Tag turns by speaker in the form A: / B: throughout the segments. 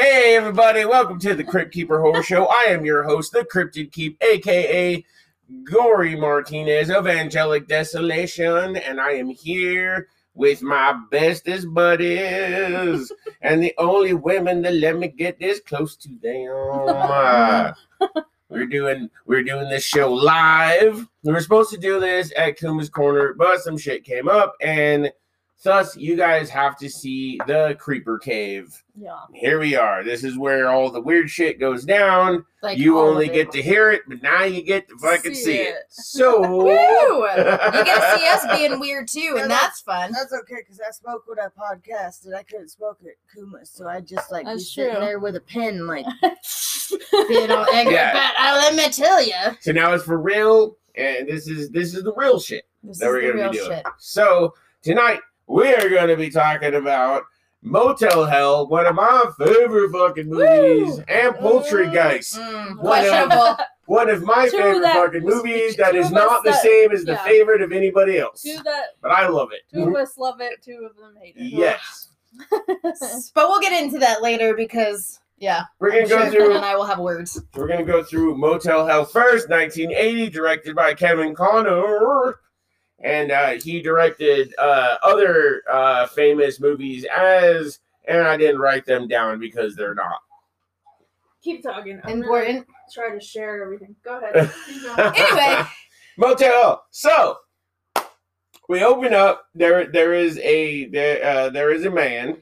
A: everybody. Welcome to the Crypt Keeper Horror Show. I am your host, the Cryptid Keep, aka Gory Martinez of Angelic Desolation, and I am here with my bestest buddies and the only women that let me get this close to them. Uh, we're doing we're doing this show live. We were supposed to do this at Kuma's Corner, but some shit came up, and thus you guys have to see the Creeper Cave.
B: Yeah.
A: Here we are. This is where all the weird shit goes down.
B: Like
A: you
B: all of
A: only
B: it.
A: get to hear it, but now you get to fucking see,
B: See
A: it.
B: it.
A: So
B: Woo! You get to see us being weird too, and that's fun.
C: That's okay because I smoked with a podcast and I couldn't smoke at Kuma, so I just like
B: That's
C: be sitting
B: true.
C: there with a pen, like
B: being all angry.
A: Yeah.
B: But uh, let me tell you,
A: So now it's for real, and this is this is the real shit
B: this
A: that we're
B: is the
A: gonna
B: real
A: be doing.
B: shit.
A: So tonight we are gonna be talking about Motel Hell, one of my favorite fucking movies, and
B: Mm-hmm.
A: Poultrygeist,
B: Mm,
A: What a-
B: questionable.
A: one of my
D: Two
A: favorite
D: that-
A: fucking movies that
D: two
A: is
D: of us
A: not the
D: that-
A: same as the
D: yeah.
A: favorite of anybody else.
D: Two that
A: But I love it.
D: two of us love it, two of them hate it.
A: Yes,
B: but we'll get into that later because yeah,
A: we're gonna
B: I'm sure
A: go
B: Ben
A: through.
B: and I will have words.
A: We're gonna go through Motel Hell first, 1980, directed by Kevin Connor, and uh, he directed uh, other uh, famous movies as, and I didn't write them down because they're not.
D: Keep talking. I'm gonna
B: Important.
D: try to share everything. Go ahead. Keep going.
B: Anyway,
A: Motel Hell. So we open up. There, there is a there, uh, there is a man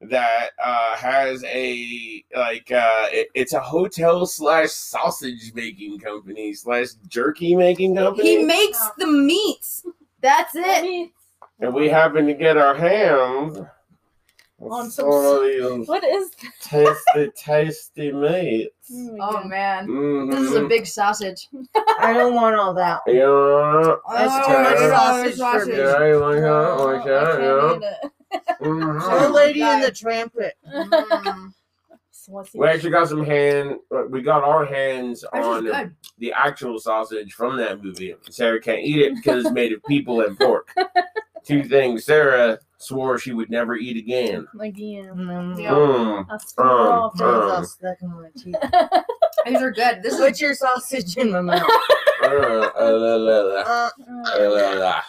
A: that uh, has a like uh, it- it's a hotel slash sausage making company slash jerky making company.
B: he makes the meats. That's it.
D: Let me-
A: and we happen to get our hands
D: On
A: on some
D: some
A: of these
D: what is that?
A: tasty, tasty meats.
B: Oh man, this is a
A: Mhm.
B: big sausage.
C: I don't want all that.
A: Yeah.
B: Oh,
C: That's
E: Oh,
A: too much
C: sausage for me.
A: Yeah, you like that? Like that,
B: Oh,
A: yeah.
C: Our
A: Mhm.
C: lady in the trumpet.
A: Oh,
B: Mm.
A: We actually got some hand. We got our hands on the actual sausage from that movie. Sarah can't eat it because it's made of people and pork. Two things Sarah swore she would never eat again.
D: Like yeah.
C: Mm.
B: Yeah.
A: Mm.
D: That's
A: Um,
D: rough.
C: That was
A: Um.
C: all stuck in my teeth.
B: These are good. This is
C: Put your sausage in my mouth.
A: Uh, uh, la, la, la.
C: Uh,
A: Uh, la, la.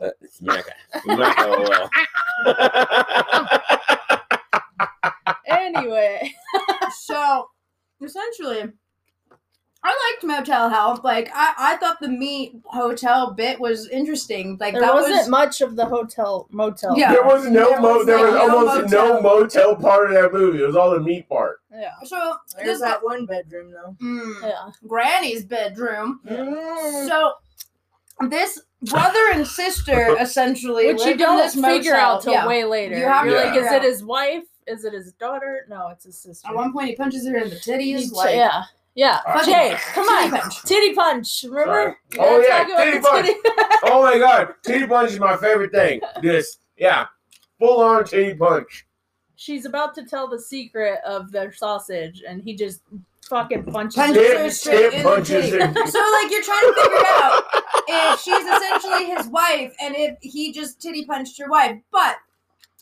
A: Uh, smack it. Smack it, oh, well. uh,
D: anyway.
E: so essentially i liked motel hell like i i thought the meat hotel bit was interesting like
D: There
E: that
D: wasn't
E: was
D: much of the hotel motel.
E: Yeah.
A: There was no
E: There
A: mo.
E: was,
A: There was
E: like, no
A: almost no
E: motel.
A: motel part of that movie. It was all the meat part.
D: Yeah.
E: so
C: there's
E: there's
C: that one bedroom though.
E: mm,
D: Yeah.
E: granny's bedroom
C: Mm.
E: so this brother and sister essentially
D: Which you
E: lived in
D: don't
E: this
D: figure
E: motel.
D: out till
E: Yeah.
D: way later.
E: You have
D: You're
A: to
D: like,
E: figure
D: is it
E: out.
D: his wife? Is it his daughter? No, it's his sister.
E: at one point he punches her in the titties
D: He ch-
E: like
D: yeah. Yeah.
A: Fucking-
D: Hey, come
E: titty
D: on.
E: punch.
D: Titty punch. Remember?
A: Sorry. Oh,
D: We
A: yeah,
D: gotta talk about
A: titty
D: the
A: punch. Oh my god, titty punch is my favorite thing. This, yeah, full on titty punch.
D: She's about to tell the secret of their sausage, and he just fucking punches
E: Punch
D: her.
E: her
A: Tip,
D: in the-
E: straight
A: tip
E: in the
A: punches.
E: titty.
A: in-
E: So like you're trying to figure out if she's essentially his wife and if he just titty punched your wife, but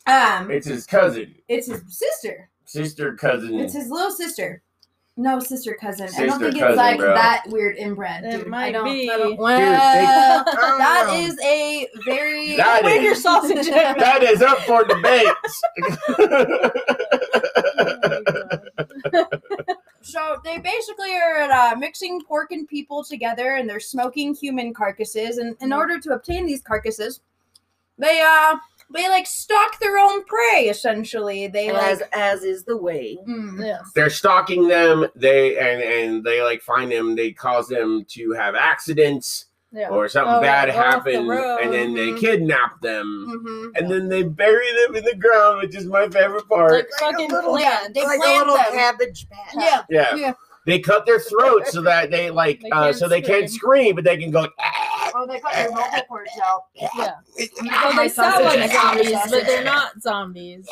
E: um,
A: It's his cousin,
E: it's his sister.
A: sister, cousin.
E: It's his little sister. No sister cousin. I
A: Hmm. Sister
E: don't think it's
A: cousin,
E: like
A: bro.
E: that weird inbred.
D: It
E: Dude. I
D: might
E: don't,
D: be.
E: I don't-
A: Well,
C: I don't
E: that
C: know.
E: is a very.
A: That
D: Where your
A: is
D: sausage at?
A: that is up for debate.
E: So they basically are uh, mixing pork and people together, and they're smoking human carcasses. And
D: Mm-hmm.
E: in order to obtain these carcasses, they uh they like stalk their own prey. Essentially, they
C: as
E: like.
C: as is the way.
E: Mm.
D: Yes.
A: they're stalking them they and and they like find them they cause them to have accidents
D: Yeah.
A: or something
D: Oh, yeah,
A: bad
D: go off the
A: happens
D: road. Mm-hmm.
A: and then they kidnap them
E: Mhm.
A: and then they bury them in the ground which is my favorite part
D: Like fucking
C: a little-
D: plant.
E: They
C: like
E: plant
C: a little
E: them.
C: cabbage patch.
E: Yeah,
A: yeah.
E: Yeah.
A: they cut their throats so that they like
D: They
A: uh,
D: can't
A: so they can't scream but they can go "Ah."
E: Oh, they got their vocal cords out.
D: Yeah.
E: Ah,
D: Well,
E: my
D: they sound
E: sausage,
D: like
E: my sausage,
D: zombies,
E: sausage.
D: but they're not zombies.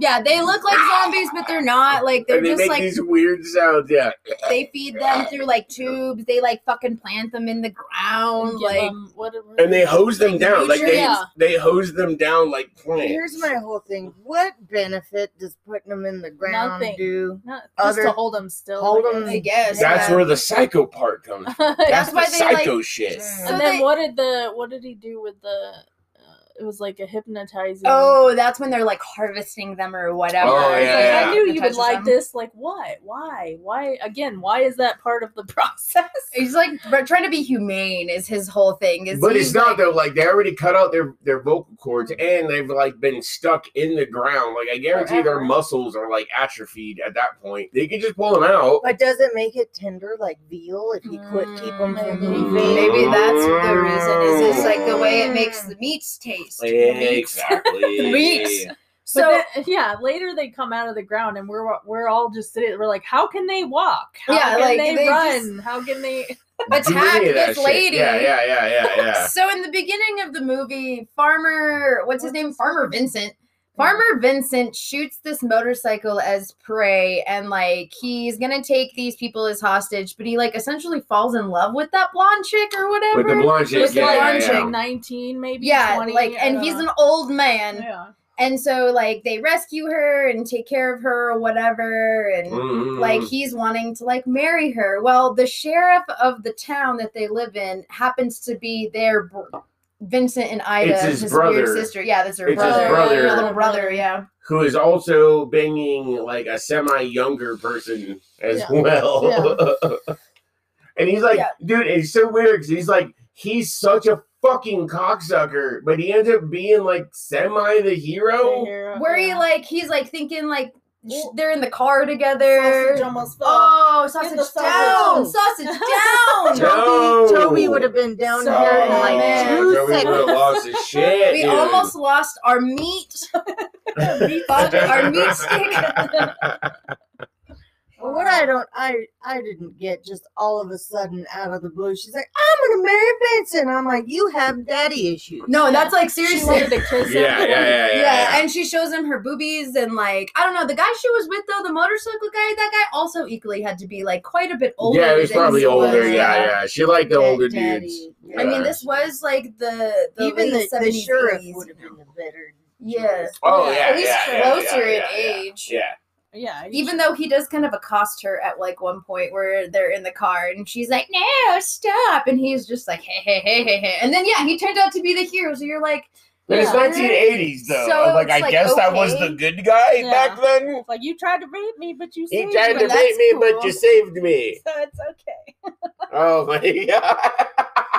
E: Yeah, they look like zombies, but they're not. Like they're
A: and they
E: just
A: make
E: like
A: these weird sounds. Yeah,
E: they feed them through like tubes. They like fucking plant them in the ground.
D: Give
E: Like
D: 'em whatever-
A: and they hose them down like they
D: Yeah.
A: they hose them down like plants.
C: Here's my whole thing. What benefit does putting them in the ground
D: Nothing.
C: do?
D: Not, just
C: Other-
D: to hold them still.
C: Hold
D: I
C: 'em-
D: guess.
B: I guess.
A: That's
C: Yeah.
A: where the psycho part comes. From. That's,
E: That's why
A: the
E: they, like-
A: psycho shit.
C: Mm.
E: So
D: and then
E: they-
D: what did the what did he do with the? Uh, it was like a hypnotizing.
E: oh, that's when they're like harvesting them or whatever.
A: Oh,
E: It's
A: yeah,
E: like,
A: yeah.
D: I knew you would
E: hypnotizes
D: like
E: them.
D: this. Like what? Why? Why again? Why is that part of the process?
E: He's like but trying to be humane is his whole thing. Is
A: But
E: he's
A: it's not
E: like,
A: though. Like they already cut out their their vocal cords, and they've like been stuck in the ground. Like I guarantee their
D: Forever.
A: muscles are like atrophied at that point. They could just pull them out.
C: But does it make it tender like veal if you quit keep them
E: Mm-hmm.
C: from
D: Mm,
C: moving?
E: Maybe that's the reason. Is it's like the way it makes
C: Mm.
E: the meats taste.
A: Yeah,
D: Meats.
A: exactly.
E: Meats.
D: So
E: So
D: uh, yeah, later they come out of the ground and we're we're all just sitting. We're like, how can they walk? How
E: Yeah,
D: can
E: like,
D: they,
E: they
D: run? How can they?
A: Do any
E: attack
A: of that
E: this
A: shit.
E: lady.
A: Yeah, yeah, yeah, yeah, yeah.
E: So in the beginning of the movie, Farmer, what's his name? Farmer Vincent. Farmer Vincent shoots this motorcycle as prey and like he's gonna take these people as hostage, but he like essentially falls in love with that blonde chick or whatever.
A: With the blonde chick,
E: With the
A: yeah,
E: blonde
A: yeah, yeah.
E: chick.
D: nineteen, maybe
E: yeah,
D: 20,
E: like and
D: uh,
E: he's an old man.
D: yeah.
E: And so like they rescue her and take care of her or whatever and
A: Mm,
E: like he's wanting to like marry her well the sheriff of the town that they live in happens to be their br- vincent and ida
A: It's his
E: weird
A: brother.
E: sister yeah that's her
A: It's
D: his
E: brother,
A: brother.
E: Her little brother yeah
A: who is also banging like a semi younger person as
D: Yeah.
A: well. and he's like,
C: Yeah.
A: dude, it's so weird because he's like, he's such a fucking cocksucker, but he ends up being like semi the hero.
E: where he like he's like thinking like sh- they're in the car together oh sausage
D: the
E: down
C: sausage.
E: sausage down
A: No.
C: Toby, Toby would have been down
D: So-
C: here in
A: Oh,
C: like
E: man.
C: two
A: Joey would have
C: seconds.
A: lost his shit.
E: we
A: dude.
E: almost lost our meat fuck, our meat stick
C: What I don't, I, I didn't get just all of a sudden out of the blue. She's like, I'm gonna marry Benson. I'm like, you have daddy issues.
E: no that's like
D: She
E: seriously
D: wanted to kiss him.
A: yeah, yeah, yeah, yeah,
E: yeah,
A: yeah.
E: and she shows him her boobies and like I don't know the guy she was with though the motorcycle guy that guy also equally had to be like quite a bit older.
A: yeah, he was
E: than
A: probably
E: he
A: older.
E: was.
A: Yeah, yeah. She liked the
C: Big
A: older
C: daddy.
A: dudes.
E: I
A: Yeah.
E: mean, this was like the, the
C: Even the,
E: late
C: the
E: 70s,
C: sheriff
E: 80s.
C: would have been a better.
E: Yeah.
C: choice.
A: Oh yeah,
E: At least
A: yeah, yeah,
E: closer
A: yeah,
E: in
A: yeah, yeah.
E: age.
A: Yeah.
D: yeah. you
E: Even though he does kind of accost her at like one point where they're in the car and she's like, "No, stop!" and he's just like, "Hey, hey, hey, hey, hey!" and then yeah, he turned out to be the hero. So you're like,
A: But it's
D: Yeah.
A: 1980s though.
E: So
A: I'm like,
E: it's
A: I
E: like,
A: guess I was
E: okay.
A: the good guy
D: Yeah.
A: back then.
D: It's like you tried to rape me, but you
A: He
D: saved
A: tried
D: me.
A: to
D: That's
A: rape me,
D: cool.
A: but you saved me.
D: So it's okay.
A: Oh my god!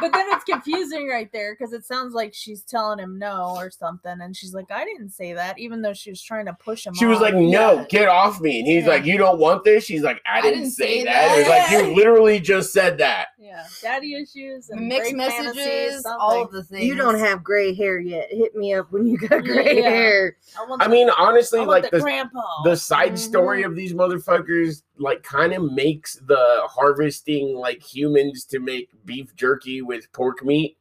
D: But then it's confusing right there because it sounds like she's telling him no or something, and she's like, "I didn't say that," even though she was trying to push him.
A: She was
D: off.
A: like, "No,
E: Yeah.
A: get off me!" And he's
D: Yeah.
A: like, "You don't want this." She's like, "I, didn't, say that." It's like
E: that.
A: you literally just said that.
D: "Yeah, daddy issues and
E: mixed
D: rape
E: messages,
D: fantasies,
E: all of
D: something."
E: the things.
C: You don't have gray hair yet. Hit me up when you got
D: Yeah,
C: gray
D: yeah.
C: hair.
D: want
A: I
D: the-
A: mean,
D: I
A: honestly,
D: want
A: like
D: the,
A: the
D: grandpa.
A: the side story
E: Mm-hmm.
A: of these motherfuckers, like, kind of makes the harvesting like humans to make beef jerky with pork meat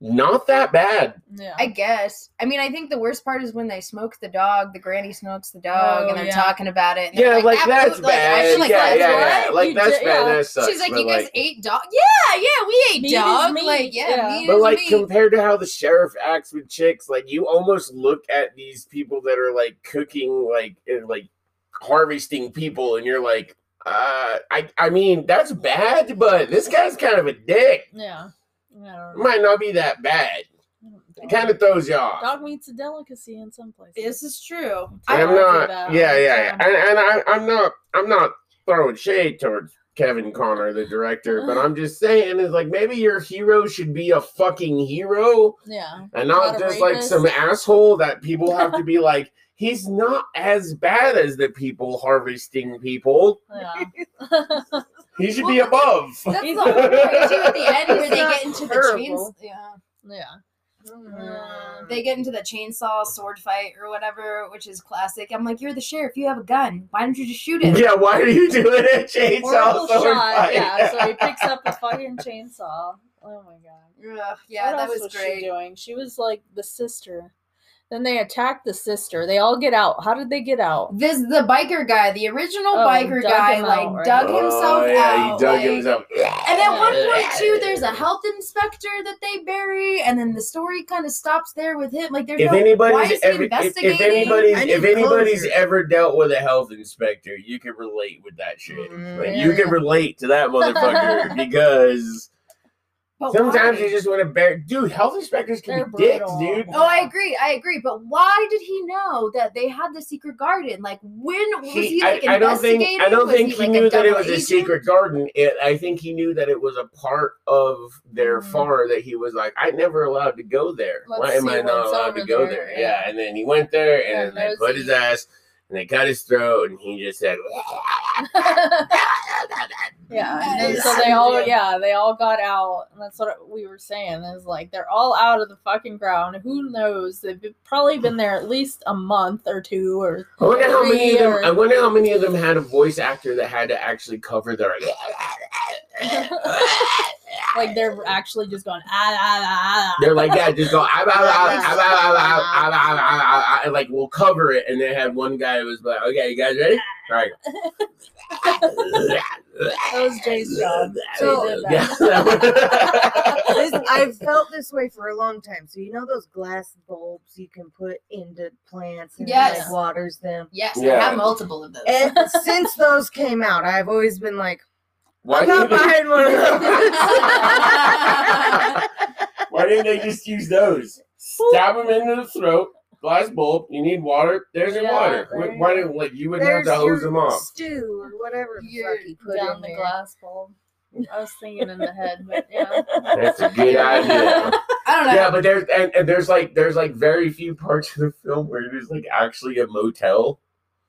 A: not that bad.
D: yeah.
E: I guess. I mean, I think the worst part is when they smoke the dog. The granny smokes the dog,
D: Oh,
E: and they're
D: yeah.
E: talking about it. And
A: Yeah,
E: they're
A: like, that's
E: boot- like, I
A: bad.
E: feel like
A: yeah,
E: that's
A: yeah,
E: right.
A: yeah. Like
D: You
A: that's
D: did-
A: bad.
D: yeah.
A: That sucks.
E: She's like,
A: but,
E: you guys ate dog. Yeah, yeah, we ate
D: Meat is
E: dog.
D: meat.
E: Like, yeah,
D: Yeah.
E: meat
A: but
E: is
A: like
E: meat.
A: compared to how the sheriff acts with chicks, like you almost look at these people that are like cooking, like and, like harvesting people, and you're like, uh, I I mean that's bad, but this guy's kind of a dick.
D: yeah. I don't know.
A: Might not be that bad.
D: I don't
A: It
D: think-
A: kind of throws you off.
D: Dog meat's a delicacy in some places.
E: this is true.
A: And
E: I,
A: I'm
D: argue Um,
A: not.
D: that
A: Yeah,
D: all the
A: yeah, yeah.
D: time.
A: And, and I, I'm not. I'm not throwing shade towards Kevin Connor, the director, but I'm just saying is like maybe your hero should be a fucking hero
D: Yeah.
A: and not,
D: Not a
A: just like
D: rapist.
A: some asshole that people have to be like. He's not as bad as the people harvesting people.
D: Yeah.
A: He should be above.
E: that's
D: He's
E: the whole point too at the end where they get into the chains.
C: Terrible. Mm-hmm.
E: Yeah.
D: yeah. Mm-hmm.
E: They get into the chainsaw sword fight or whatever, which is classic. I'm like, you're the sheriff. You have a gun. Why don't you just shoot him?
A: yeah, why are you doing a chainsaw
D: Horrible
A: sword
D: shot.
A: fight?
D: Yeah. So he picks up a fucking chainsaw. Oh my god.
E: Ugh, yeah,
D: What
E: that
D: else
E: was,
D: was, she
E: great.
D: doing? She was like the sister. Then they attack the sister. They all get out. How did they get out?
E: This the biker guy, the original
D: Oh,
E: biker
D: dug
E: guy,
D: him out,
E: like
D: right.
E: dug
A: Oh,
E: himself
A: yeah,
E: out.
A: He dug
E: like-
A: himself.
E: And at one point too, there's a health inspector that they bury, and then the story kind of stops there with him. Like there's
A: if
E: no why
A: anybody's
E: is he
A: ever, if,
E: investigating?
A: if anybody's
C: I need
A: if anybody's
C: closure.
A: ever dealt with a health inspector, you can relate with that shit.
C: Mm,
A: Like,
E: Mm-hmm.
A: You can relate to that motherfucker because
E: But
A: sometimes
E: why?
A: you just want to bear. Dude, health inspectors can
D: They're
A: be dicks,
D: brutal.
A: dude.
E: Oh, I agree, I agree. But why did he know that they had the secret garden? Like when was he,
A: He-
E: like
A: I, I don't
E: investigating?
A: think I don't
E: Was
A: think he,
E: like, a
A: knew that it
E: double
A: was a
E: agent?
A: secret garden. It, I think he knew that it was a part of
E: Mm.
A: their
D: Mhm.
A: farm that he was like, I never allowed to go there.
D: Let's
A: Why am
D: see
A: I not
D: what's
A: allowed to
D: over
A: go
D: there,"
A: there? Yeah.
D: yeah.
A: and then he went there
D: Yeah,
A: and they put his
D: nosy.
A: ass and they cut his throat and he just said,
D: Yeah,
E: Yeah,
D: and then
E: it's
D: so they all
E: unreal.
D: yeah they all got out, and that's what we were saying is like they're all out of the fucking ground. Who knows? They've been- probably been there at least a month or two or
A: I wonder how
D: Three
A: many of them. I
D: years.
A: wonder how many of them had a voice actor that had to actually cover their.
D: like they're actually just going ah ah ah. ah.
A: They're like, yeah, just go, ah, bah, bah, bah, ah, bah, bah, bah, ah, bah, bah, bah, ah, ah," and like we'll cover it. And they had one guy who was like, okay, you guys ready? All right.
D: That was Jay's job.
C: So-
D: He did that.
A: yeah.
C: This- I've felt this way for a long time. So you know those glass bulbs you can put into plants and it,
E: Yes.
C: like waters them.
E: Yes,
A: Yeah.
E: I have multiple of those.
C: And since those came out, I've always been like,
A: Why
C: I'm not
A: didn't, they,
C: buying one of those.
A: why didn't they just use those? Stab them into the throat. Glass bulb. You need water. There's your
D: Yeah,
A: water.
D: there
A: Why
D: you
A: didn't like you wouldn't
C: There's
A: have to hose
C: your
A: them off?
C: stew or whatever the
E: Your
C: fuck you put
D: down
C: in
D: the
C: there.
D: glass bulb. I was thinking in the head, but yeah.
A: That's a good idea.
E: I don't know.
A: Yeah, but there's and, and there's like there's like very few parts of the film where it is like actually a motel.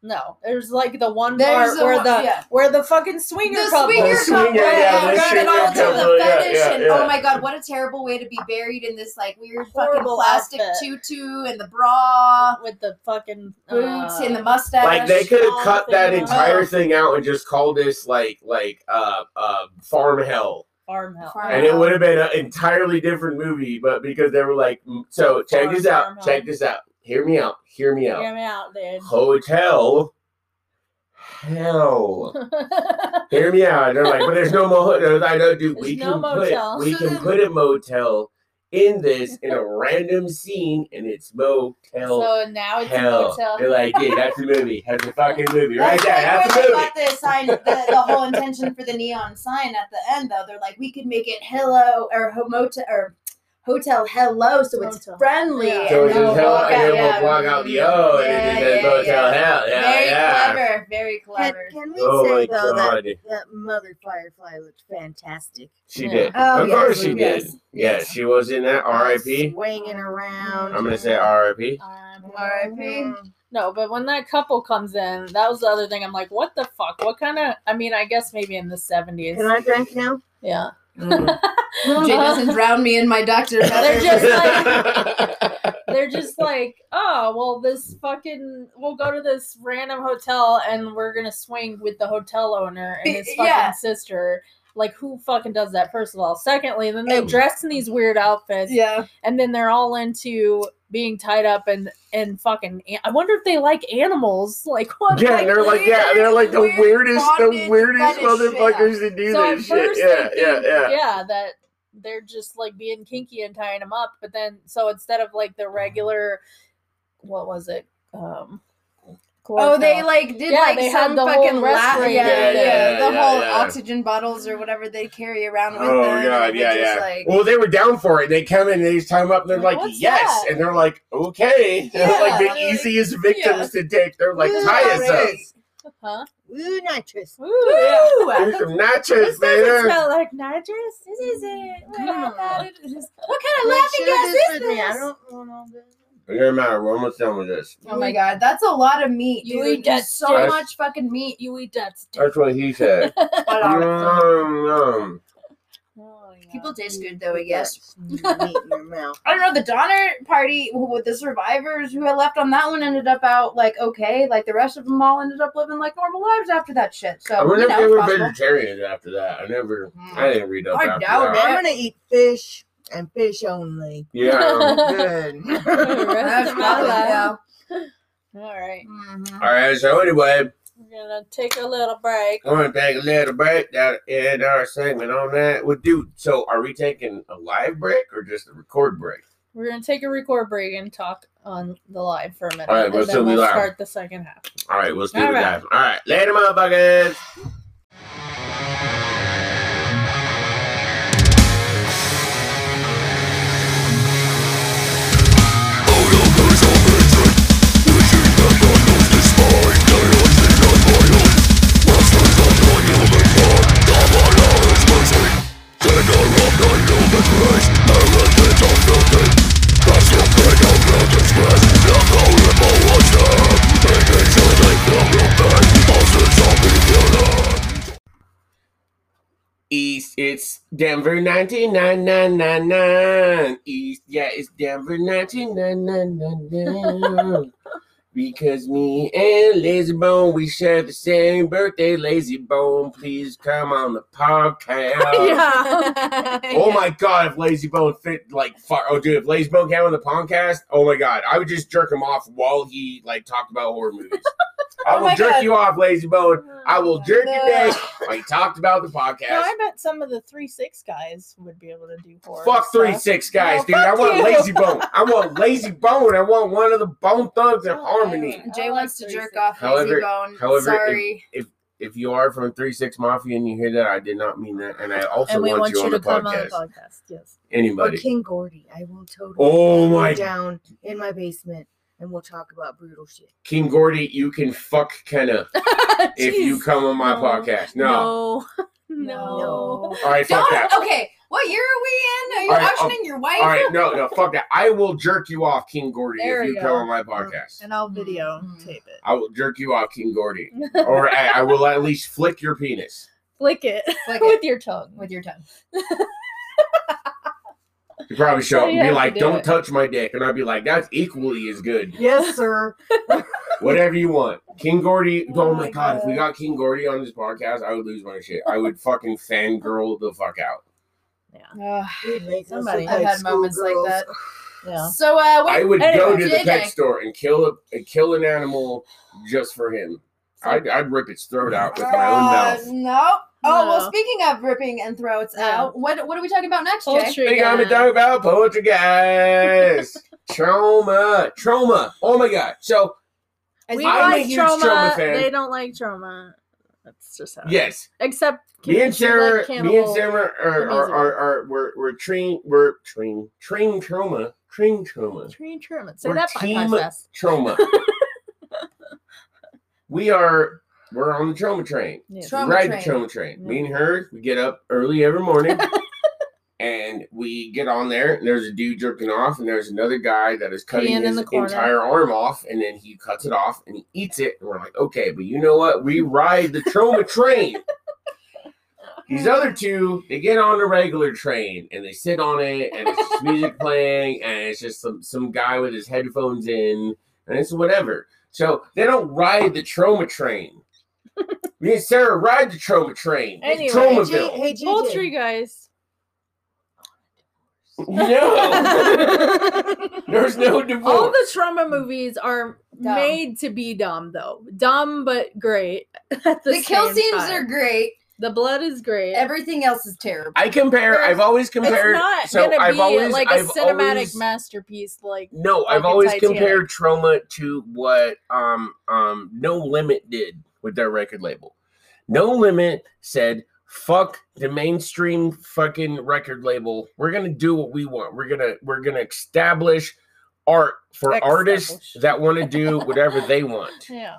D: No, there's like the one
E: There's
D: part
E: the
D: where
E: one-
D: the
E: yeah.
D: where the fucking swinger
E: The
D: couple.
E: swinger
A: The swinger,
E: couple,
A: yeah,
E: yeah,
A: the
E: running
A: swinger
E: all to
A: couple,
E: the
A: yeah,
E: fetish,
A: yeah,
E: and
A: yeah.
E: oh my god, what a terrible way to be buried in this like weird fucking
D: Horrible
E: plastic
D: outfit.
E: tutu and the bra,
D: with the fucking
E: boots,
D: uh,
E: and the mustache.
A: Like they could have
D: all
A: cut
D: the
A: that
D: thing
A: entire
E: up.
A: thing out and just called this like like uh uh farm hell,
D: farmhouse.
E: Farm
A: and it would have been an entirely different movie. But because they were like, mm, so check
D: Farm,
A: this out,
D: farm hell.
A: check this out, hear me out, hear me out.
D: Hear me out, dude.
A: Hotel hell. Hear me out. They're like, but there's no motel. I know, dude. We
D: There's
A: can
D: no motel.
A: put we
E: So
A: can
E: then-
A: put a motel in this in a random scene, and it's motel
D: so now it's a
A: hell.
D: hotel.
A: They're like, dude, that's a movie. That's a fucking movie right
E: That's
A: there.
E: like
A: That's a
E: where they
A: movie.
E: got the sign, the, the whole intention for the neon sign at the end, though. They're like, we could make it hello or homoto or hotel hello, so it's
D: Hotel.
E: friendly.
D: Yeah.
A: So
E: and
A: it's just
E: they'll
A: hell,
E: walk
A: and
E: out,
A: then
E: yeah.
A: we'll block out the O, and
E: Yeah,
A: it says
E: yeah,
A: motel
E: yeah.
A: hell. Yeah,
E: very
A: yeah.
E: clever, very
C: Can,
E: clever.
C: can we
A: Oh my
C: say though that,
A: god,
C: that mother firefly looked fantastic?
A: she
D: Yeah.
A: did.
E: Oh,
A: of
E: yes,
A: course she
E: yes,
A: did. Yeah, she was in that R.I.P.
C: Swinging around.
A: I'm gonna say R.I.P.
D: Um,
E: R.I.P..
D: No, but when that couple comes in, that was the other thing. I'm like, what the fuck? What kind of? I mean, I guess maybe in the
C: Can
D: 70s.
C: I drink now?
D: Yeah.
E: Jay doesn't drown me in my Dr. Pepper.
D: They're just like- They're just like, oh, well, this fucking, we'll go to this random hotel and we're gonna swing with the hotel owner and his fucking
E: Yeah.
D: sister. Like, who fucking does that? First of all. Secondly, then they
A: Mm.
D: dress in these weird outfits.
E: yeah.
D: and then they're all into being tied up and and fucking an- i wonder if they like animals like what
A: Yeah,
D: like,
A: they're like, yeah, they're like the
E: weird
A: weirdest, the
E: bondage
A: weirdest
E: fetish shit.
A: motherfuckers to do
D: so at
A: that shit.
D: first
A: Yeah,
D: they
A: yeah,
D: think,
A: yeah.
D: that they're just like being kinky and tying them up but then so instead of like the regular what was it um
E: Oh, they
D: chlorophyll.
E: like did
D: Yeah,
E: like
D: they had
E: some
D: the whole
E: fucking lap. Yeah,
D: respirator
E: yeah,
D: thing.
E: the
A: Yeah,
E: whole
A: yeah.
E: oxygen bottles or whatever they carry around with
A: Oh,
E: them. and
A: God,
E: they
A: yeah,
E: just,
A: yeah.
E: Like,
A: Well, they were down for it. They come in, they just tie them up, and they're
D: Like,
A: like,
D: what's
A: yes.
D: that?
A: And they're like, okay. They're
E: Yeah,
A: like the
E: like,
A: easiest victims to take. They're like,
C: Woo,
A: tie us up.
C: nitrous.
D: huh
C: Woo, nitrous.
D: Ooh, yeah.
A: Here's some nachos,
D: this doesn't
A: man.
D: smell like nitrous this is it Mm,
E: Come
D: Come
E: on.
D: on.
E: What kind of
C: Like,
E: laughing
C: share
E: gas
C: this
E: is
C: with me. I
E: this?
C: don't want all this.
A: It doesn't matter. We're almost done with this.
E: Oh my god, that's a lot of meat.
D: You
E: dude.
D: eat that
E: so
A: shit.
E: much fucking meat. uh,
D: you eat that stuff
A: That's what he said. Um,
D: Oh, yeah.
E: People taste good though, I
C: Put
E: guess.
C: that meat in your mouth.
E: I don't know. The Donner Party who- with the survivors who had left on that one ended up out like okay. Like the rest of them all ended up living like normal lives after that shit. So
A: I wonder
E: you
A: if they
E: know,
A: were
E: possible. Mm.
A: vegetarians after that. I never, I didn't read up
E: I
A: after
E: doubt
A: that.
E: it.
C: I'm gonna eat fish. and fish only.
A: Yeah. I know.
C: Good.
D: That's my
E: That's probably,
D: life.
E: yeah.
D: All right.
A: All right. So anyway,
D: We're gonna take a little break.
A: I'm gonna take a little break that end our segment on that. Well, dude, so are we taking a live break or just a record break?
D: We're gonna take a record break and talk on the live for a minute.
A: All right,
D: and
A: let's do
D: then
A: the
D: we'll
A: live.
D: start the second half.
A: All right, let's do
D: All
A: the
D: right.
A: live. All right, later, motherfuckers. East, it's Denver 99999. East, yeah, it's Denver 99999. because me and Lazy Bone, we share the same birthday, Lazy Bone. Please come on the podcast. Oh my god, if Lazy Bone fit like far oh dude, if Lazy Bone came on the podcast, oh my god, I would just jerk him off while he like talked about horror movies. I
E: Oh
A: will
E: my
A: jerk
E: God.
A: you off, Lazy Bone. I will jerk your dick while you talked about the
D: Oh No,
A: podcast.
D: I bet some of the three six guys would be able to do horror.
A: Fuck three
D: stuff.
A: six guys, dude.
D: No,
A: I
D: fuck
A: want
D: you.
A: lazy bone. I want lazy bone. I want one of the bone thugs of
D: Oh,
A: harmony.
D: man.
E: Jay
D: I
E: wants
D: like
E: to jerk
D: 36.
E: off
A: However-
E: Lazy Bone.
A: however,
E: Sorry.
A: If you are from three six mafia and you hear that, I did not mean that, and I also
D: And we
A: want,
D: want
A: you,
D: you
A: on
D: to
A: the
D: come on the
A: podcast.
D: podcast. Yes.
C: or
A: Anybody?
C: King Gordy. I will totally
A: Oh
C: go
A: my
C: down in my basement and we'll talk about brutal shit.
A: King Gordy, you can fuck Kenna if you
D: Jeez.
A: come on my
D: No.
A: podcast. No.
D: No. No.
A: All right, fuck
E: Don't.
A: that.
E: Okay. What year are we in? Are you
A: All right,
E: auctioning your wife?
A: All right, no, no, fuck that. I will jerk you off, King Gordy,
D: There
A: if you
D: we
A: come
D: go.
A: on my podcast.
D: And I'll videotape it.
A: I will jerk you off, King Gordy, or I, I will at least flick your penis.
D: Flick it
E: Flick
D: with your tongue.
E: with your tongue.
A: You probably show
D: So
A: up and
D: you
A: be
D: have to
A: like,
D: do
A: "Don't
D: it.
A: touch my dick," and I'd be like, "That's equally as good.
C: Yes, sir.
A: Whatever you want." King Gordy. Oh,
D: Oh
A: my
D: my
A: god, if we
D: God.
A: got King Gordy on this podcast, I would lose my shit. I would fucking fangirl the fuck out.
C: It makes us
D: Somebody-
C: look
E: I've
C: like
E: had moments
C: schoolgirls.
E: like that.
D: Yeah.
E: So uh,
A: I
E: what,
A: would go to
E: anyway,
A: the pet
E: JJ.
A: store and kill a and kill an animal just for him. I'd, I'd rip its throat out with my own
E: Uh,
A: mouth.
E: No. Oh well,
D: No.
E: speaking of ripping and throats
D: Yeah.
E: out, what what are we talking about next, Jay?
D: Poultry.
A: Think I'm a
D: guy.
A: dog about poetry, guys. trauma, trauma. Oh my god. So
D: We
A: I'm a
D: like
A: huge
D: trauma.
A: trauma fan.
D: They don't like trauma. That's just how. it is.
A: yes,
D: Except
A: me and
D: she like
A: Sarah, me and
D: cannibal-
A: Sarah are are,
D: amazing.
A: are, are we're we're train we're train train trauma train trauma
D: Train trauma. Say
A: We're
D: that
A: team-
D: podcast fast.
A: trauma. we are we're on the trauma train.
D: Yeah.
E: Trauma
A: we ride
E: train.
A: the trauma train. Me
D: Yeah.
A: and her, we get up early every morning. And we get on there, and there's a dude jerking off, and there's another guy that is cutting
D: Peeing in
A: his
D: the corner.
A: entire arm off, and then he cuts it off and he eats it. And we're like, okay, but you know what? We ride the trauma train. These other two, they get on the regular train and they sit on it, and it's just music playing, and it's just some some guy with his headphones in, and it's whatever. So they don't ride the trauma train. Me and Sarah ride the trauma train.
D: Anyway,
A: It's
C: Hey, J-
A: Traumaville.
C: hey, JJ.
D: Poultry guys.
A: No, there's no
D: All
A: divorce.
D: the trauma movies are
E: Dumb.
D: made to be dumb, though. Dumb but great. At the
E: The kill
D: same
E: scenes
D: time.
E: are great.
D: The blood is great.
E: Everything else is terrible.
A: I compare. I've always compared.
D: it's not
A: so
D: gonna
A: I've
D: be
A: always
D: like a
A: I've
D: cinematic
A: always-
D: masterpiece. Like
A: No, I've
D: fucking
A: always
D: Titanic.
A: compared trauma to what um um No Limit did with their record label. No Limit said, "Fuck the mainstream fucking record label. We're gonna do what we want. We're gonna we're gonna establish art for artists
D: Establish.
A: that want to do whatever they want."
D: yeah,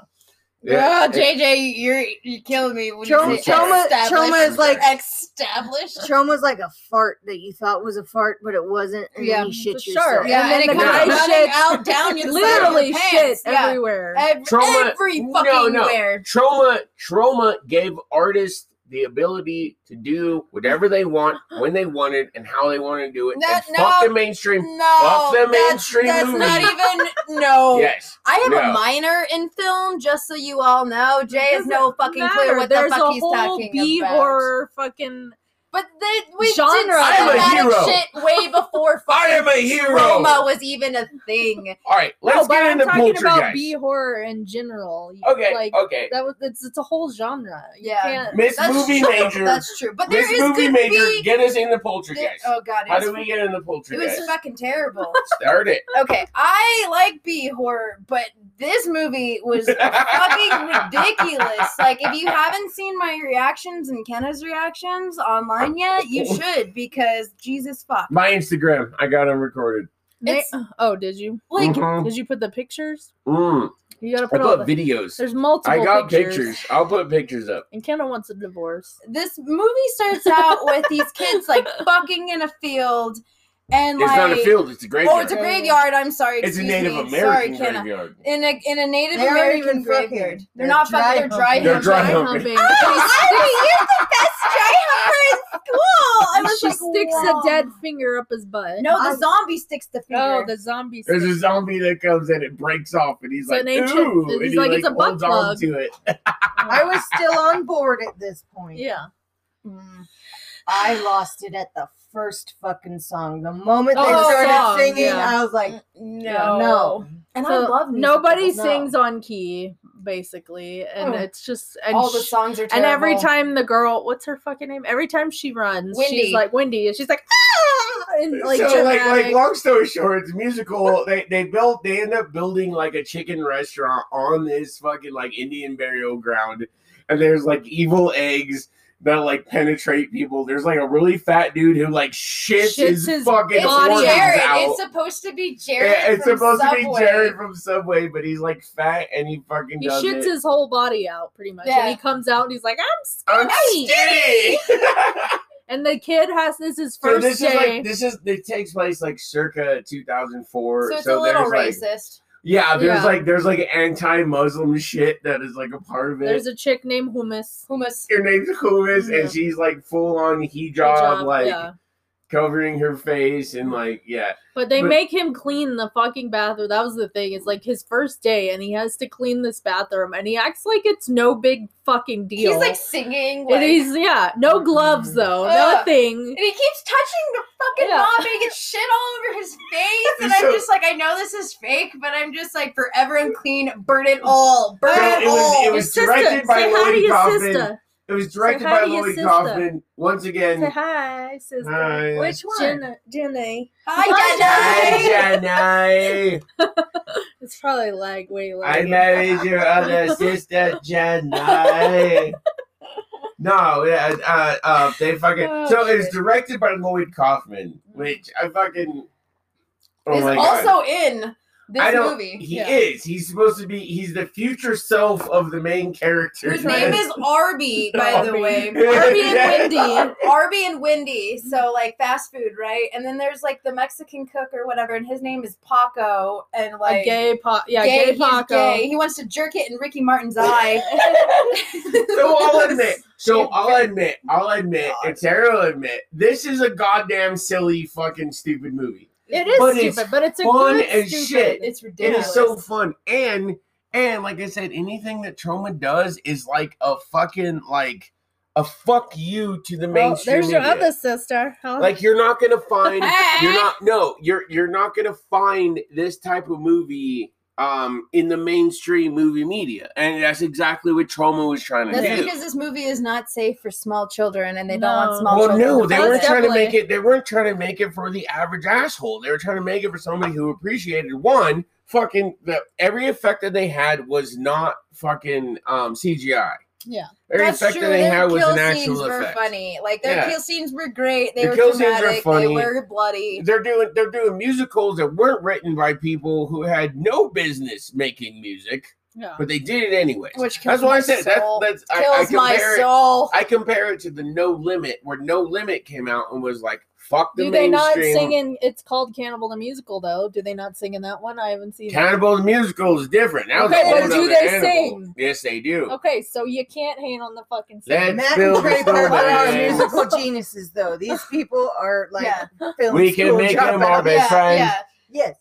A: Yeah, it-
E: JJ, you're you're killing me. When
C: Trauma-
E: say
C: trauma-
E: established.
C: trauma is like-
E: established.
C: Trauma's like a fart that you thought was a fart, but it wasn't, and
E: Yeah,
C: then you shit
D: it's a
C: yourself.
D: shark. And
E: Yeah, and,
D: then
E: it
A: the
E: comes
A: guy
E: running
D: shits
E: out down your
D: literally
E: side of your
D: shit
E: pants. Yeah.
D: everywhere.
E: Every,
A: Trauma-
E: every
A: No,
E: fucking
A: no.
E: where.
A: trauma trauma gave artists the ability to do whatever they want when they wanted and how they wanted to do it.
E: That-
A: and fuck
E: no.
A: the mainstream.
E: No,
A: Fuck the
E: that's-
A: mainstream
E: That's,
A: movies.
E: not even no.
A: Yes.
E: I have
A: No.
E: a minor in film, just so you all know. Jay has no
D: Doesn't
E: fucking
D: matter.
E: clue what
D: There's
E: the
D: a
E: fuck he's
D: whole
E: talking
D: B
E: about.
D: horror fucking
E: But they we
D: Genre.
E: did
D: I am a
E: cinematic
A: hero.
E: shit way before
A: I am a hero.
E: Roma was even a thing.
A: All right,
D: No,
A: let's
D: but
A: get
D: I'm
A: into
D: talking about
A: Poltergeist.
D: B horror in general. You-
A: okay,
D: like
A: okay.
D: that was it's, it's a whole genre. You
E: Yeah.
D: can't-
A: Miss
E: That's
A: Movie
E: true.
A: Major.
E: That's true. But there
A: Miss
E: is
A: Movie
E: good
A: Major,
E: be-
A: get us into
E: there-
A: Poltergeist.
E: oh god, it
A: How
E: was,
A: do we get into
E: it was
A: Poltergeist?
E: fucking terrible.
A: Start it.
E: okay, I like B horror, but this movie was fucking ridiculous. Like, if you haven't seen my reactions and Kenna's reactions online yet, you should because Jesus fuck.
A: My Instagram. I got them recorded.
D: Ma-
E: It's-
D: oh, did you?
E: Like,
A: Mhm.
D: Did you put the pictures?
A: Mm.
D: You gotta
A: I
D: put all
A: put
D: the.
A: videos.
D: There's multiple.
A: I got
D: pictures.
A: pictures. I'll put pictures up.
D: And Kenna wants a divorce.
E: this movie starts out with these kids like fucking in a field and
A: It's
E: like
A: not a field. It's a graveyard.
E: Oh, it's a graveyard. I'm sorry.
A: It's a
E: excuse
A: Native
E: me.
A: American
E: Sorry, Kenna.
A: graveyard.
E: In a in a Native
C: They aren't
E: American
C: even fucking.
E: graveyard. They're,
C: They're
E: not
C: dry
E: fucking. They're dry.
C: humping. They're
E: humping.
A: dry
E: humping.
A: humping.
E: You're the best dry humper in school. I was
D: she
E: like,
D: sticks
E: wow.
D: a dead finger up his butt.
E: No, the zombie sticks the finger.
D: oh, the zombie.
A: There's a
D: stick.
A: zombie that comes in, it breaks off, and he's
D: It's
A: like,
D: an ancient-
A: ooh, and
D: he's
A: he
D: like,
A: like,
D: "It's a butt
A: holds on
D: plug."
A: to it.
C: I was still on board at this point.
D: Yeah.
C: Mm. I lost it at the first fucking song. The moment they
D: Oh,
C: started
D: song,
C: singing,
D: yeah.
C: I was like,
E: no,
C: no.
E: And I
D: So
E: love musicals.
D: nobody
E: No.
D: sings on key, basically, and
E: Oh.
D: it's just and
E: All the
D: sh-
E: songs are
D: and
E: terrible.
D: every time the girl, what's her fucking name? Every time she runs,
E: Wendy.
D: she's like Wendy, and she's like ah, and like
A: so, like, like,
D: dramatic.
A: long story short, it's musical. They they built, they end up building like a chicken restaurant on this fucking like Indian burial ground, and there's like evil eggs that like penetrate people. There's like a really fat dude who like shits,
D: Shits
A: his,
D: his
A: fucking
E: it's
D: body
A: organs
E: Jared.
A: out.
E: It's supposed to be Jared.
A: Yeah, it's
E: from
A: supposed
E: Subway.
A: to be Jared from Subway, but he's like fat and he fucking
D: he
A: does
D: shits
A: it.
D: his whole body out pretty much,
E: Yeah.
D: and he comes out and he's like I'm
A: I'm
D: skinny,
A: skinny.
D: and the kid has this is
A: so
D: first
A: this
D: day.
A: is like this is it takes place like circa 2004.
E: So it's a little
A: there's, like-
E: racist.
A: Yeah, there's
D: Yeah.
A: like there's like anti-Muslim shit that is like a part of it.
D: There's a chick named Hummus.
E: Hummus.
A: Her name's Humis,
D: Yeah.
A: and she's like full on hijab, like
D: yeah.
A: covering her face and like yeah.
D: But they
A: But-
D: make him clean the fucking bathroom. That was the thing. It's like his first day, and he has to clean this bathroom, and he acts like it's no big fucking deal.
E: He's like singing.
D: it
E: Like,
D: is, yeah.
A: Mm-hmm.
D: No gloves though.
E: Ugh.
D: Nothing.
E: And he keeps touching the fucking
D: Yeah.
E: mom and gets shit all over his face. And I'm
A: So-
E: just like, I know this is fake, but I'm just like, forever and clean, burn it all. Burn
A: So
E: it,
A: it was-
E: all.
A: it was- directed by
D: say hi to
A: Lloyd
D: your
A: Kaufman.
D: sister.
A: It was directed
D: hi
A: by
D: to your
A: Lloyd
D: sister.
A: Kaufman once
D: Say
A: again.
D: hi, sister.
A: Hi. Which
D: one? Jenna, Jenny.
E: Hi, Jenna.
A: Hi, Jenny.
D: It's probably lag way
A: I
D: lag.
A: married your other sister, Jenny. No, yeah, uh, uh, they fucking.
D: Oh,
A: so it was
D: shit. Mm.
A: directed by Lloyd Kaufman, which I fucking. Oh
E: Is
A: my god.
E: also in
A: I
E: this
A: don't-
E: movie.
A: He
D: Yeah.
A: is. He's supposed to be. He's the future self of the main character.
E: Whose name is Arby, by the
D: Arby.
E: way.
D: Arby and Wendy.
E: Arby and Wendy, so like fast food, right? And then there's like the Mexican cook or whatever, and his name is Paco, and
D: A
E: like
D: gay pop, yeah,
E: gay,
D: gay,
E: he's
D: Paco.
E: gay. He wants to jerk it in Ricky Martin's eye.
A: So I'll admit. So I'll admit. I'll admit. And Sarah will admit. This is a goddamn silly, fucking, stupid movie.
D: It is
A: But it's
D: stupid, but it's a
A: fun
D: good
A: as
D: stupid.
A: shit.
E: It's
A: It
E: ridiculous.
A: is so fun, and and like I said, anything that Troma does is like a fucking like a fuck you to the
D: Well,
A: mainstream.
D: there's your
A: media.
D: other sister. Huh?
A: Like you're not gonna find you're not no you're you're not gonna find this type of movie um in the mainstream movie media, and that's exactly what Trauma was trying to
E: That's
A: do.
E: because this movie is not safe for small children, and they don't
D: No.
E: want small
A: Well,
E: children.
A: no, they
D: That's
A: weren't trying to make
D: definitely-
A: it. They weren't trying to make it for the average asshole. They were trying to make it for somebody who appreciated one fucking. The, every effect that they had was not fucking um CGI.
D: Yeah.
A: every
E: That's
A: effect
E: true.
A: that they
E: their
A: had was
E: kill
A: an
E: scenes
A: actual
E: were
A: effect.
E: funny. Like their
A: Yeah.
E: kill scenes were great. They
A: The
E: were
A: kill scenes are
E: dramatic.
A: funny.
E: They were bloody.
A: They're doing they're doing musicals that weren't written by people who had no business making music,
D: yeah.
A: but they did it anyway.
E: Which kills
A: That's why
E: my
A: I said
E: soul.
A: that's that's I, I
E: kills my
A: compare it.
E: soul.
A: I compare it to the No Limit, where No Limit came out and was like, "Fuck the
D: Do they
A: mainstream."
D: not sing in? It's called Cannibal the Musical, though. Do they not sing in that one? I haven't seen. it.
A: Cannibal the musical is different. That was a
D: Okay,
A: whole
D: but do
A: nother
D: they
A: animal.
D: sing?
A: Yes, they do.
D: Okay, so you can't hang on the fucking.
A: Let's
C: Matt
A: build
C: and
A: a
C: Trey Parker are
A: story.
C: musical geniuses, though. These people are like
E: Yeah.
C: film
A: We can
C: school
A: make them
C: dropout.
A: our best friends.
C: Yes.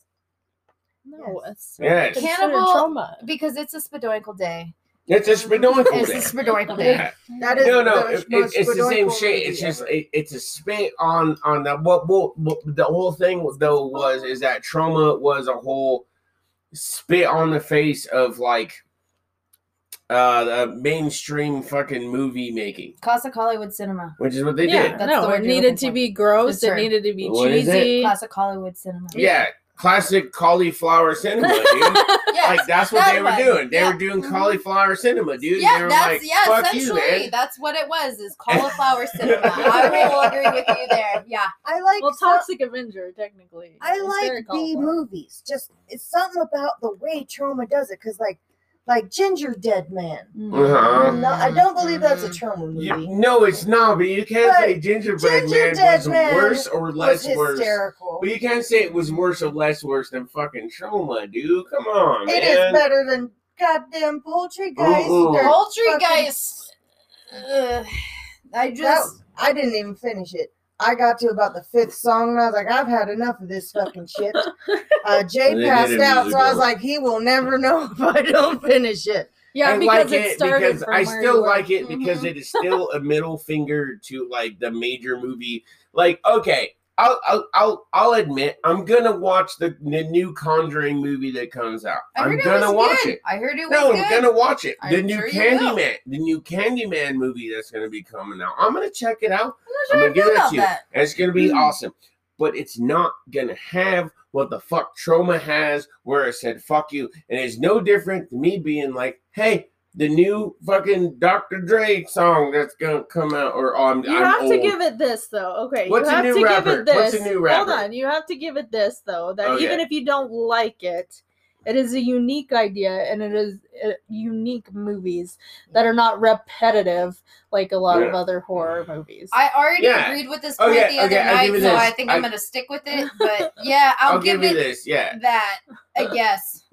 D: No, it's
A: Yes.
D: considered
E: Cannibal-
D: trauma.
E: Because it's a spadoinkle day.
A: It's a spinoidal
E: It's
A: dick.
E: the spinoidal dick.
A: Oh, Yeah.
C: That is
A: No, no,
C: the
A: it, it,
C: most
A: it's the same
C: spinoidal
A: shit. It's just
C: idea.
A: it, it's a spit on on the what, what what the whole thing though was is that trauma was a whole spit on the face of like uh the mainstream fucking movie making,
E: Classic Hollywood cinema.
A: which is what they
D: yeah,
A: did.
E: that's the
D: no,
E: word
D: it
E: you're
D: needed
E: looking
D: to
E: for.
D: be gross.
E: The
D: It
E: term.
D: needed to be
A: What is it?
D: cheesy.
E: Classic Hollywood cinema.
A: Yeah, classic cauliflower cinema, dude.
E: Yes.
A: Like that's what
E: that
A: they were
E: one.
A: doing. They
E: Yeah. Mm-hmm.
A: were doing cauliflower cinema, dude. they
E: yeah,
A: were
E: that's
A: like,
E: yeah.
A: fuck you,
E: Essentially,
A: man.
E: that's what it was. Is cauliflower cinema. I will agree with you there. Yeah,
C: I like
D: Well,
C: some-
D: Toxic Avenger, technically.
C: I
D: It's very
C: like B
D: cauliflower.
C: movies. Just it's something about the way trauma does it. Cause like like Ginger Dead Man.
D: Hmm.
A: Uh-huh.
C: No, I don't believe that's a
E: Mm.
C: trauma movie.
A: You- no, it's not, but you can't
C: But
A: say gingerbread
C: Ginger
A: man was
C: Dead Man
A: worse or
C: was
A: less worse.
C: hysterical.
A: But you can't say it was worse or less worse than fucking trauma, dude. Come on,
C: It is
A: man.
C: better than goddamn poultry guys.
A: Mm-mm.
C: They're
E: Poultry
C: fucking-
E: guys. Ugh. I just
C: That- I didn't even finish it. I got to about the fifth song and I was like, I've had enough of this fucking shit.
A: They
C: Uh, Jay
A: did
C: passed
A: a
C: out, so I was
A: musical.
C: like, he will never know if I don't finish it.
D: Yeah,
A: I
D: because
A: like
D: it started
A: because
D: from
A: I
D: where
A: still
D: you were.
A: like it because
E: Mhm.
A: it is still a middle finger to like the major movie. Like, okay, I'll I'll I'll, I'll admit I'm gonna watch the, the new Conjuring movie that comes out.
E: I
A: I'm
E: heard it
A: gonna
E: was
A: watch
E: good.
A: it.
E: I heard it was
A: No,
E: good.
A: I'm gonna watch it. The
E: I'm
A: new
E: sure you will.
A: Candyman, the new Candyman movie that's gonna be coming out. I'm gonna check it out. I'm
E: I'm not sure
A: gonna
E: I
A: give
E: feel
A: it
E: about
A: to you.
E: that.
A: And it's gonna be
E: Mhm.
A: awesome. But it's not gonna have what the fuck trauma has, where it said fuck you. And it's no different than me being like, hey, the new fucking Dr. Dre song that's gonna come out, or oh, I'm,
D: You
A: I'm
D: have
A: old.
D: to give it this though. Okay,
A: What's a
D: you have
A: new
D: to
A: rapper?
D: give it this.
A: What's a new
D: Hold
A: rapper?
D: on, you have to give it this though. That
A: Okay.
D: even if you don't like it, it is a unique idea and it is uh, unique movies that are not repetitive like a lot of
A: Yeah.
D: other horror movies.
E: I already
A: Yeah.
E: agreed with this point
A: Okay,
E: the other
A: okay, I'll give
E: night,
A: you
E: so
A: this.
E: I think I'm
A: I-
E: gonna stick with it. But yeah, I'll,
A: I'll, give, you
E: it
A: this, yeah.
E: that. I guess.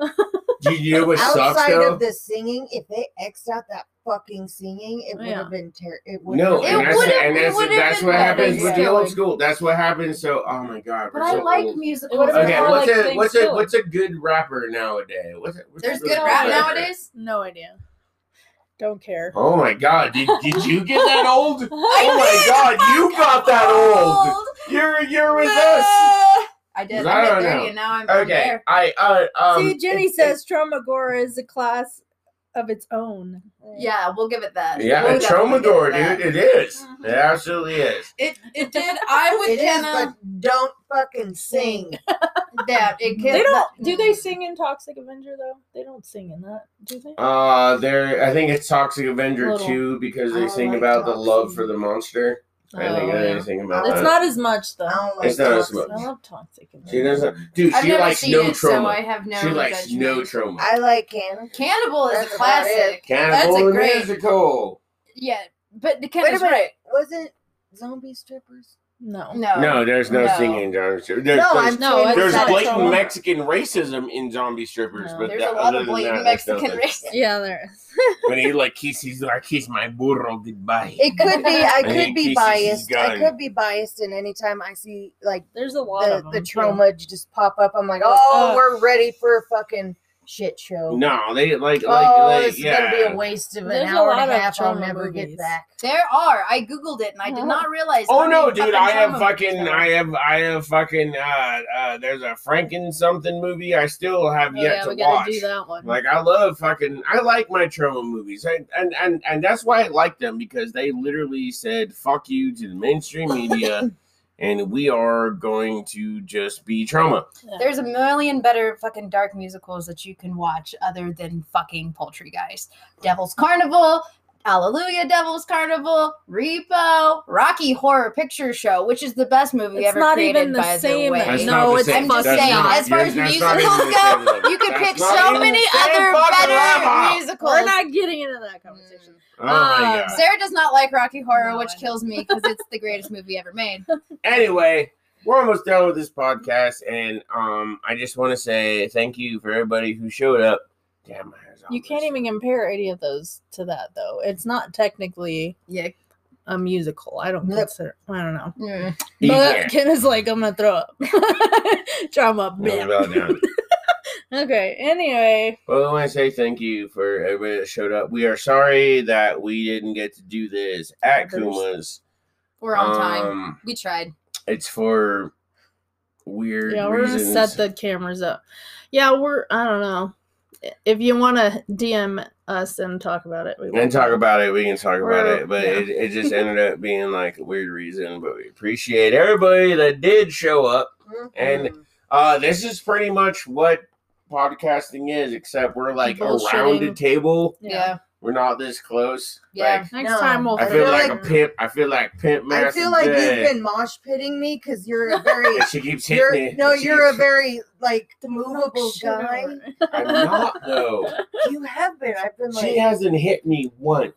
A: Do you know what sucks
C: Outside
A: though?
C: of the singing, if they X'd out that fucking singing, it would
D: Oh, Yeah.
C: have been terrible. It would
A: No,
E: It
A: and that's
E: would've-
A: and
E: it
A: that's
E: would've
A: that's
E: been
A: what
E: better,
A: happens with the
D: yeah.
A: old school. That's what happens. So, oh my god,
E: But
A: we're
E: I
A: so
E: like
A: old.
E: musicals.
D: What
E: and
D: about
A: Okay,
E: I
D: I
A: what's
E: like-
D: like
A: a what's a
D: things
A: what's a good rapper nowadays? What's a, what's a
E: There's good
D: Really
E: rap
D: good.
E: nowadays.
D: no idea. Don't care.
A: Oh my god, did, did you get that old?
E: I
A: Oh my
E: did!
A: god, you got that old.
E: Old.
A: You're you're with us.
E: Ah. I did.
A: I
E: I
A: don't
E: am
A: know.
E: dirty, and now I'm I'm
A: Okay,
E: there.
A: I uh um.
D: See, Jenny
A: it-
D: says Tromagora is a class of its own.
E: Yeah, we'll give it that.
A: it- Yeah,
E: We'll
A: a
E: definitely give
A: Tromador,
E: it that.
A: dude. It is.
E: Mhm.
A: It absolutely is.
E: It it did. I'm with
C: It is,
E: Jenna.
C: but don't fucking sing.
E: That it
D: They
E: can-
D: don't. Do they sing in Toxic Avenger though? They don't sing in that, do they?
A: Uh, there. I think it's Toxic Avenger
D: Little.
A: two because
C: I
A: they
C: don't
A: sing
C: like
A: about the
C: Toxic.
A: love for the monster. I think
D: Oh,
A: they
D: yeah.
A: sing about
D: It's
A: that.
D: not as much though.
C: I don't like
A: Uh, It's not as
C: songs.
D: I
A: much.
D: love Toxic Avenger.
A: she doesn't, dude.
E: I've
A: She
E: never
A: likes
E: seen
A: no
E: it, so I
A: trauma.
E: have no.
A: she likes
E: judgment.
A: no trauma.
C: I like Hannah.
E: Cannibal is
C: That's about
E: a
C: it.
E: classic.
A: Cannibal the
E: great-
A: musical.
E: Yeah, but the
C: Wait a
E: Kendra's
C: minute.
E: right.
C: Wasn't zombie strippers?
D: No.
E: No,
A: No, there's no,
E: No.
A: singing, John. There's,
C: no,
A: there's
C: I'm
D: no,
C: saying
D: it's
A: There's
D: not a
A: blatant
D: trauma.
A: Mexican racism in zombie strippers,
D: No.
A: but
E: There's
A: that-
E: a lot
A: other
E: of
A: than
E: blatant
A: that, there's
E: Mexican
A: nothing.
E: racism.
D: Yeah, there is.
A: When he like kisses, like kiss my burro goodbye.
C: It could be. I
A: And he
C: could be
A: kisses his
C: biased. I
A: gun.
C: could be biased, and anytime I see like
D: There's a lot
C: the,
D: of them.
C: the
D: too.
C: trauma just pop up, I'm like, oh, we're ready for a fucking shit show.
A: No, they like like
C: oh,
A: like,
C: this is
A: yeah.
C: gonna be a waste of an
D: There's a
C: hour
D: lot
C: and a
D: of
C: half. I'll
D: trauma
C: never get
D: movies.
C: back.
E: There are. I googled it and I did not realize.
A: Oh
E: how
A: no,
E: many
A: dude! I
E: fucking
A: have
E: drama
A: fucking,
E: movies there
A: I
E: are.
A: have, I have fucking. Uh, uh, there's a Franken something movie I still have
D: Oh,
A: yet
D: yeah,
A: to
D: we gotta
A: watch.
D: do that one.
A: Like I love fucking, I like my trauma movies, and and and and that's why I like them because they literally said "fuck you" to the mainstream media, and we are going to just be trauma.
D: Yeah.
E: There's a million better fucking dark musicals that you can watch other than fucking Poultry Guys. Devil's Carnival, Hallelujah, Devil's Carnival, Repo, Rocky Horror Picture Show, which is the best movie
D: it's
E: ever
D: not
E: created
D: even
E: by
D: the same.
E: the way.
A: That's not
D: no,
A: the
D: it's
A: same.
E: I'm just
A: That's
D: fucking
E: saying,
A: not-
E: as far as
A: that's not even the
E: musicals
A: same
E: go,
A: level.
E: you could
A: That's
E: pick
A: not
E: so
A: even
E: many
A: the same
E: other
A: fucking
E: better
A: level.
E: musicals.
D: We're not getting into that conversation.
A: Oh my
D: Um,
A: god.
E: Sarah does not like Rocky Horror,
D: No,
E: which
D: I don't.
E: kills me because it's the greatest movie ever made.
A: anyway, we're almost done with this podcast, and um, I just want to say thank you for everybody who showed up. Damn, my hair's all
D: You can't
A: messed
D: even compare any of those to that though. It's not technically
E: Yeah.
D: a musical. I don't
C: Nope.
D: consider. I don't know.
E: Mm.
A: up. You
D: But
A: can't.
D: Ken is like, I'm gonna throw up. trauma.
A: Well
D: bleh.
A: done.
D: Okay. Anyway,
A: Well, I want to say thank you for everybody that showed up. We are sorry that we didn't get to do this at
D: Others.
A: Kuma's.
E: We're on time.
A: Um,
E: We tried.
A: It's for weird
D: yeah, we're
A: reasons.
D: gonna set the cameras up. Yeah, we're. I don't know. If you want to DM us and talk about it, we will.
A: and talk about it. We can talk about
D: We're-
A: it, but
D: yeah.
A: it, it just ended up being like a weird reason. But we appreciate everybody that did show up.
C: Hmm?
A: And- Uh, this is pretty much what podcasting is, except we're like around a
D: Bullshitting.
A: table.
E: Yeah.
A: We're not this close.
E: Yeah.
A: Like,
D: Next
C: No.
D: time we'll.
A: I feel
D: film.
A: like, a pimp. I feel like pimp master.
C: I feel like
A: Jay.
C: you've been mosh pitting me because you're a very.
A: And she keeps hitting
C: you're,
A: me.
C: no,
A: She
C: you're a
A: keeps-
C: very like
D: The
C: movable
D: fuck shit
C: guy.
D: over it.
A: I'm not though.
C: You have been. I've been like.
A: She hasn't hit me once.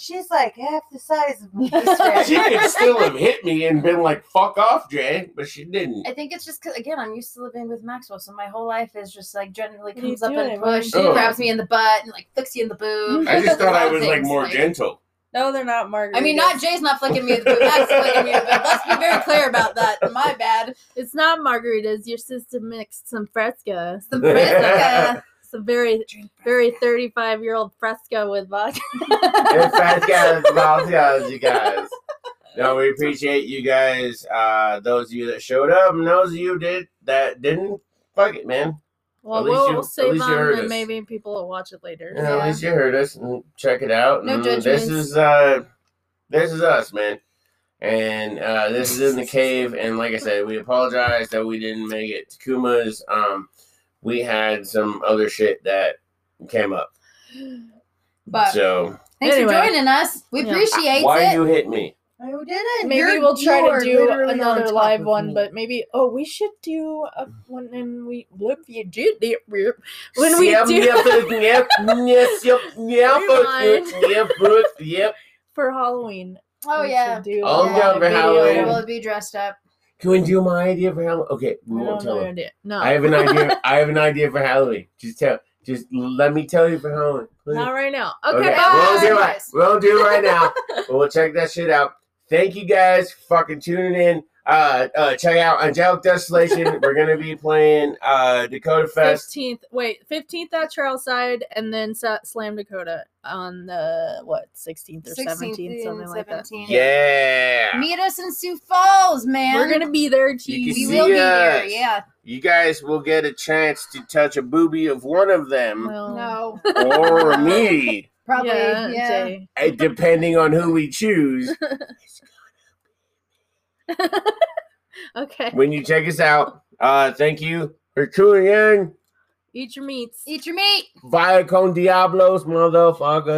C: She's like half the size of me. this rat.
A: She could still have hit me and been like, "Fuck off, Jay," but she didn't.
E: I think it's just because, again, I'm used to living with Maxwell, so my whole life is just like generally
D: What are you
E: comes up
D: doing?
E: and
D: What are you
E: push,
A: doing?
E: and grabs me in the butt, and like flicks you in the boob.
A: I just thought I was like
E: Things,
A: more gentle.
D: No, they're not Margaret.
E: I mean, not Jay's not flicking me in the boob. Max's flicking me in the boob. Let's be very clear about that. My bad.
D: It's not margaritas. Your sister mixed some fresca,
E: Some Fresca.
D: some very, very thirty-five-year-old fresca with vodka.
A: In fact, guys, love y'all, you guys. No, we appreciate you guys. Uh, those of you that showed up, and those of you did that didn't. Fuck it, man.
D: Well,
A: At least
D: we'll
A: you- at
D: save
A: least you heard
D: on
A: us.
D: and maybe people will watch it later.
A: You know, At least you heard us and check it out.
E: No
A: And this
E: judgments.
A: is uh, this is us, man. And uh, this is in the cave. And like I said, we apologize that we didn't make it to Kuma's. Um, we had some other shit that came up.
D: Uh,
E: But
A: So
E: thanks
D: Anyway.
E: for joining us. We
D: Yeah.
E: appreciate
A: why
E: it.
A: you hit me?
C: No, didn't.
D: Maybe
C: You're-
D: we'll try
C: you are
D: to do
C: literally on
D: another
C: top
D: live
C: of
D: one,
C: me.
D: but maybe oh, we should do a one and we look you do the roop. when we
A: Yep,
D: do
A: yep, yep, yes, yep, yep,
D: Rewind.
A: yep, yep, yep.
D: for Halloween.
E: oh,
D: we
E: yeah.
D: should do
A: I'm
D: a
A: down for
D: video.
A: Halloween.
E: We'll be dressed up.
A: Can we do my idea for Halloween? Okay,
D: I
A: we won't
D: don't
A: tell
D: know
A: him.
D: idea. No,
A: I have an idea. I have an idea for Halloween. Just tell. Just let me tell you for Halloween. please.
D: not right now. Okay,
A: we'll
D: bye.
A: do it. We'll do it right now. we'll check that shit out. Thank you guys for fucking tuning in. Uh, uh, check out Angelic Desolation. We're gonna be playing uh Dakota Fest.
D: Fifteenth, wait, fifteenth at Charleside, and then Sa- Slam Dakota on the what sixteenth or
E: 16th
D: seventeenth, something
E: and
D: like that.
E: 17th.
A: Yeah,
E: Meet us in Sioux Falls, man.
D: We're gonna be there,
A: You
D: cheese.
E: we
A: see
E: will be there,
A: us.
E: yeah.
A: you guys will get a chance to touch a booby of one of them
D: Well,
E: No.
A: or me,
E: Probably.
D: Oh. yeah,
E: Yeah.
D: Jay.
A: eh, depending on who we choose.
D: Okay,
A: When you check us out, uh, thank you for tuning in.
D: eat your meats.
E: Eat your meat.
A: Via con diablos, motherfuckers.